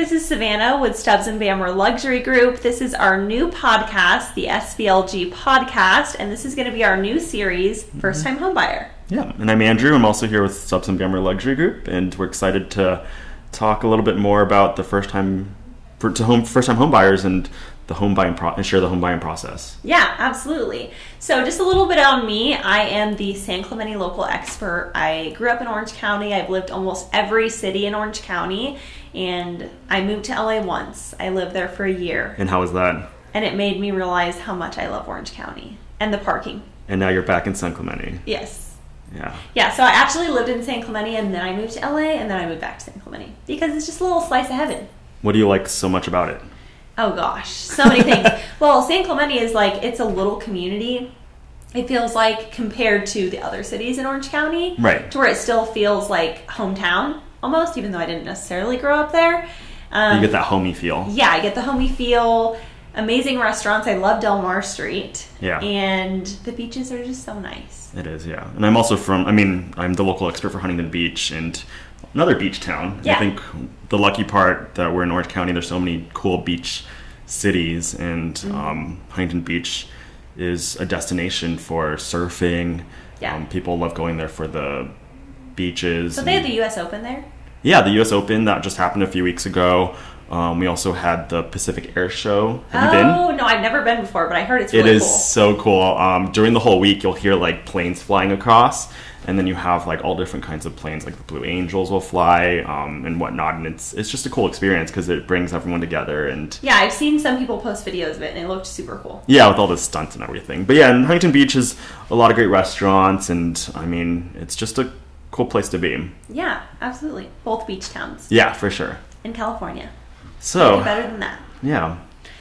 This is Savannah with Stubbs and Bammer Luxury Group. This is our new podcast, the SVLG podcast, and this is going to be our new series, First Time Homebuyer. Yeah, and I'm Andrew. I'm also here with Subs and Bammer Luxury Group, and we're excited to talk a little bit more about the first time for, to home first time home buyers and the home buying pro- and share the home buying process. Yeah, absolutely. So, just a little bit on me. I am the San Clemente local expert. I grew up in Orange County. I've lived almost every city in Orange County, and I moved to LA once. I lived there for a year, And how was that? and it made me realize how much I love Orange County and the parking. And now you're back in San Clemente. Yes. Yeah, Yeah, so I actually lived in San Clemente and then I moved to LA and then I moved back to San Clemente because it's just a little slice of heaven. what do you like so much about it? Oh gosh, so many things. well, San Clemente is like it's a little community. It feels like compared to the other cities in Orange County, Right. To where it still feels like hometown almost, even though I didn't necessarily grow up there. Um, You get that homey feel. yeah, I get the homey feel. Amazing restaurants. I love Del Mar Street. Yeah. and the beaches are just so nice. It is, yeah. And I'm also from. I mean, I'm the local expert for Huntington Beach and another beach town. Yeah. I think the lucky part that we're in Orange County, there's so many cool beach cities, and Mm-hmm. um, Huntington Beach is a destination for surfing. Yeah. Um, people love going there for the beaches. So they had and- the U.S. Open there. yeah, the U.S. Open that just happened a few weeks ago. Um, we also had the Pacific Air Show. Have you been? oh no, I've never been before, but I heard it's It really is cool. so cool. Um, during the whole week, you'll hear like planes flying across, and then you have like all different kinds of planes, like the Blue Angels will fly um, and whatnot. And it's it's just a cool experience because it brings everyone together and Yeah, I've seen some people post videos of it, and it looked super cool. yeah, with all the stunts and everything. But yeah, and Huntington Beach is a lot of great restaurants, and I mean, it's just a cool place to be. Yeah, absolutely. Both beach towns Yeah, for sure. in California. Get So Better than that. yeah,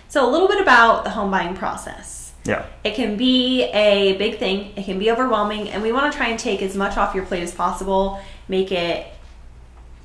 So a little bit about the home buying process. yeah, It can be a big thing. It can be overwhelming, and we want to try and take as much off your plate as possible. Make it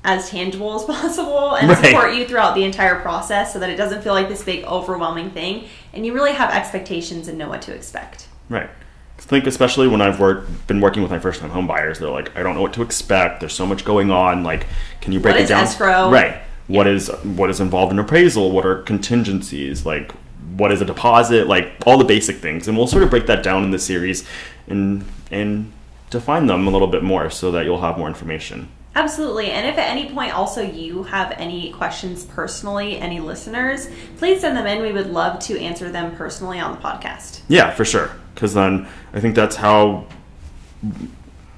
as tangible as possible and Right. support you throughout the entire process so that it doesn't feel like this big overwhelming thing and you really have expectations and know what to expect. right. I think especially when I've worked, been working with my first-time home buyers, they're like, I don't know what to expect. There's so much going on. Like, can you break What it is down? escrow? Right. What is what is involved in appraisal? What are contingencies? Like, what is a deposit? Like all the basic things, and we'll sort of break that down in the series, and and define them a little bit more so that you'll have more information. Absolutely. And if at any point also you have any questions personally, any listeners, please send them in. We would love to answer them personally on the podcast. Yeah, for sure. Because then I think that's how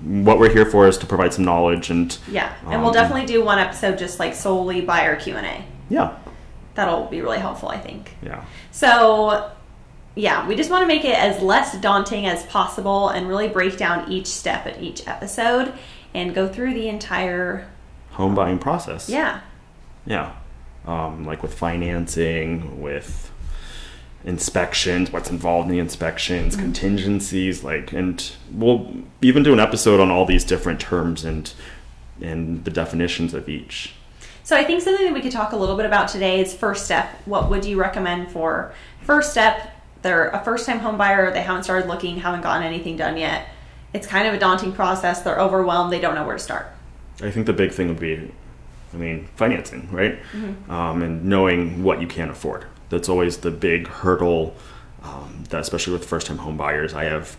what we're here for is to provide some knowledge and Yeah. And we'll Um, definitely do one episode just like solely by our Q&A. yeah, That'll be really helpful, I think. yeah. So, yeah, we just want to make it as less daunting as possible and really break down each step in each episode and go through the entire Home buying process. yeah. Yeah. Um, like with financing, with inspections, what's involved in the inspections, contingencies, like, and we'll even do an episode on all these different terms and and the definitions of each. So I think something that we could talk a little bit about today is first step. What would you recommend for first step? They're a first time home buyer, they haven't started looking, haven't gotten anything done yet. It's kind of a daunting process. They're overwhelmed, they don't know where to start. I think the big thing would be, I mean, financing, right? Um, and knowing what you can afford. That's always the big hurdle, um, that especially with first time home buyers. I have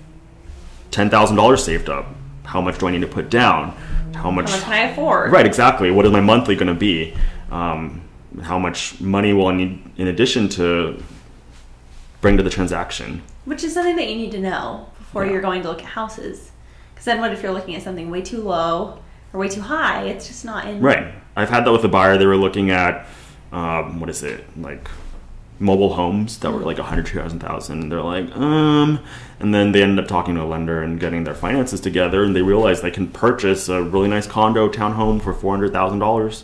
$10,000 saved up. How much do I need to put down? How much, How much can I afford? Right, exactly. What is my monthly going to be? Um, how much money will I need in addition to bring to the transaction? Which is something that you need to know before Yeah. you're going to look at houses. Because then, what if you're looking at something way too low or way too high? It's just not in. Right. I've had that with a buyer. They were looking at, um, what is it, like mobile homes that were like 100, 200,000. They're like, um, and then they ended up talking to a lender and getting their finances together and they realized they can purchase a really nice condo townhome for $400,000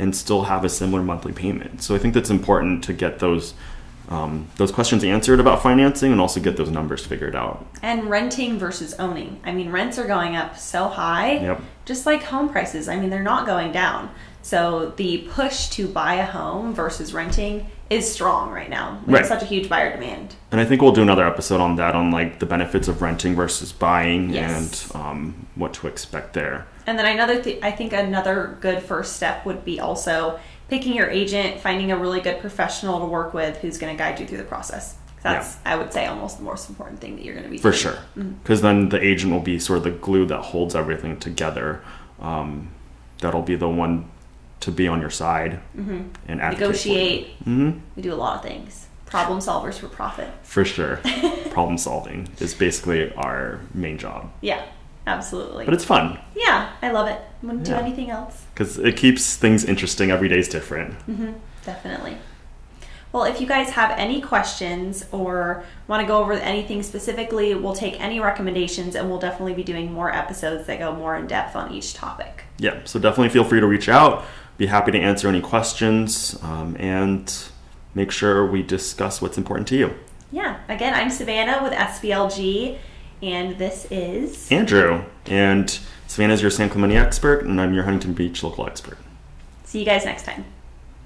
and still have a similar monthly payment. So I think that's important to get those. Um, those questions answered about financing and also get those numbers figured out. And renting versus owning. I mean, rents are going up so high. Yep. Just like home prices. I mean, they're not going down. So the push to buy a home versus renting is strong right now. We have Right. such a huge buyer demand. And I think we'll do another episode on that, on like the benefits of renting versus buying Yes. and um, what to expect there. And then another, th- I think another good first step would be also picking your agent, finding a really good professional to work with who's going to guide you through the process. That's, I would say, almost the most important thing that you're going to be for doing. sure because then the agent will be sort of the glue that holds everything together um, that'll be the one to be on your side and advocate for you. Mm-hmm. Mm-hmm. Negotiate. We do a lot of things. Problem solvers for profit. for sure problem solving is basically our main job Yeah, absolutely. but it's fun yeah, I love it. Wouldn't Yeah. do anything else. because it keeps things interesting every day's different Definitely. Well, if you guys have any questions or want to go over anything specifically, we'll take any recommendations and we'll definitely be doing more episodes that go more in depth on each topic. yeah so definitely feel free to reach out be happy to answer any questions um, and make sure we discuss what's important to you Yeah, again, I'm Savannah with SBLG, and this is. andrew and savannah's your san clemente expert and i'm your huntington beach local expert See you guys next time.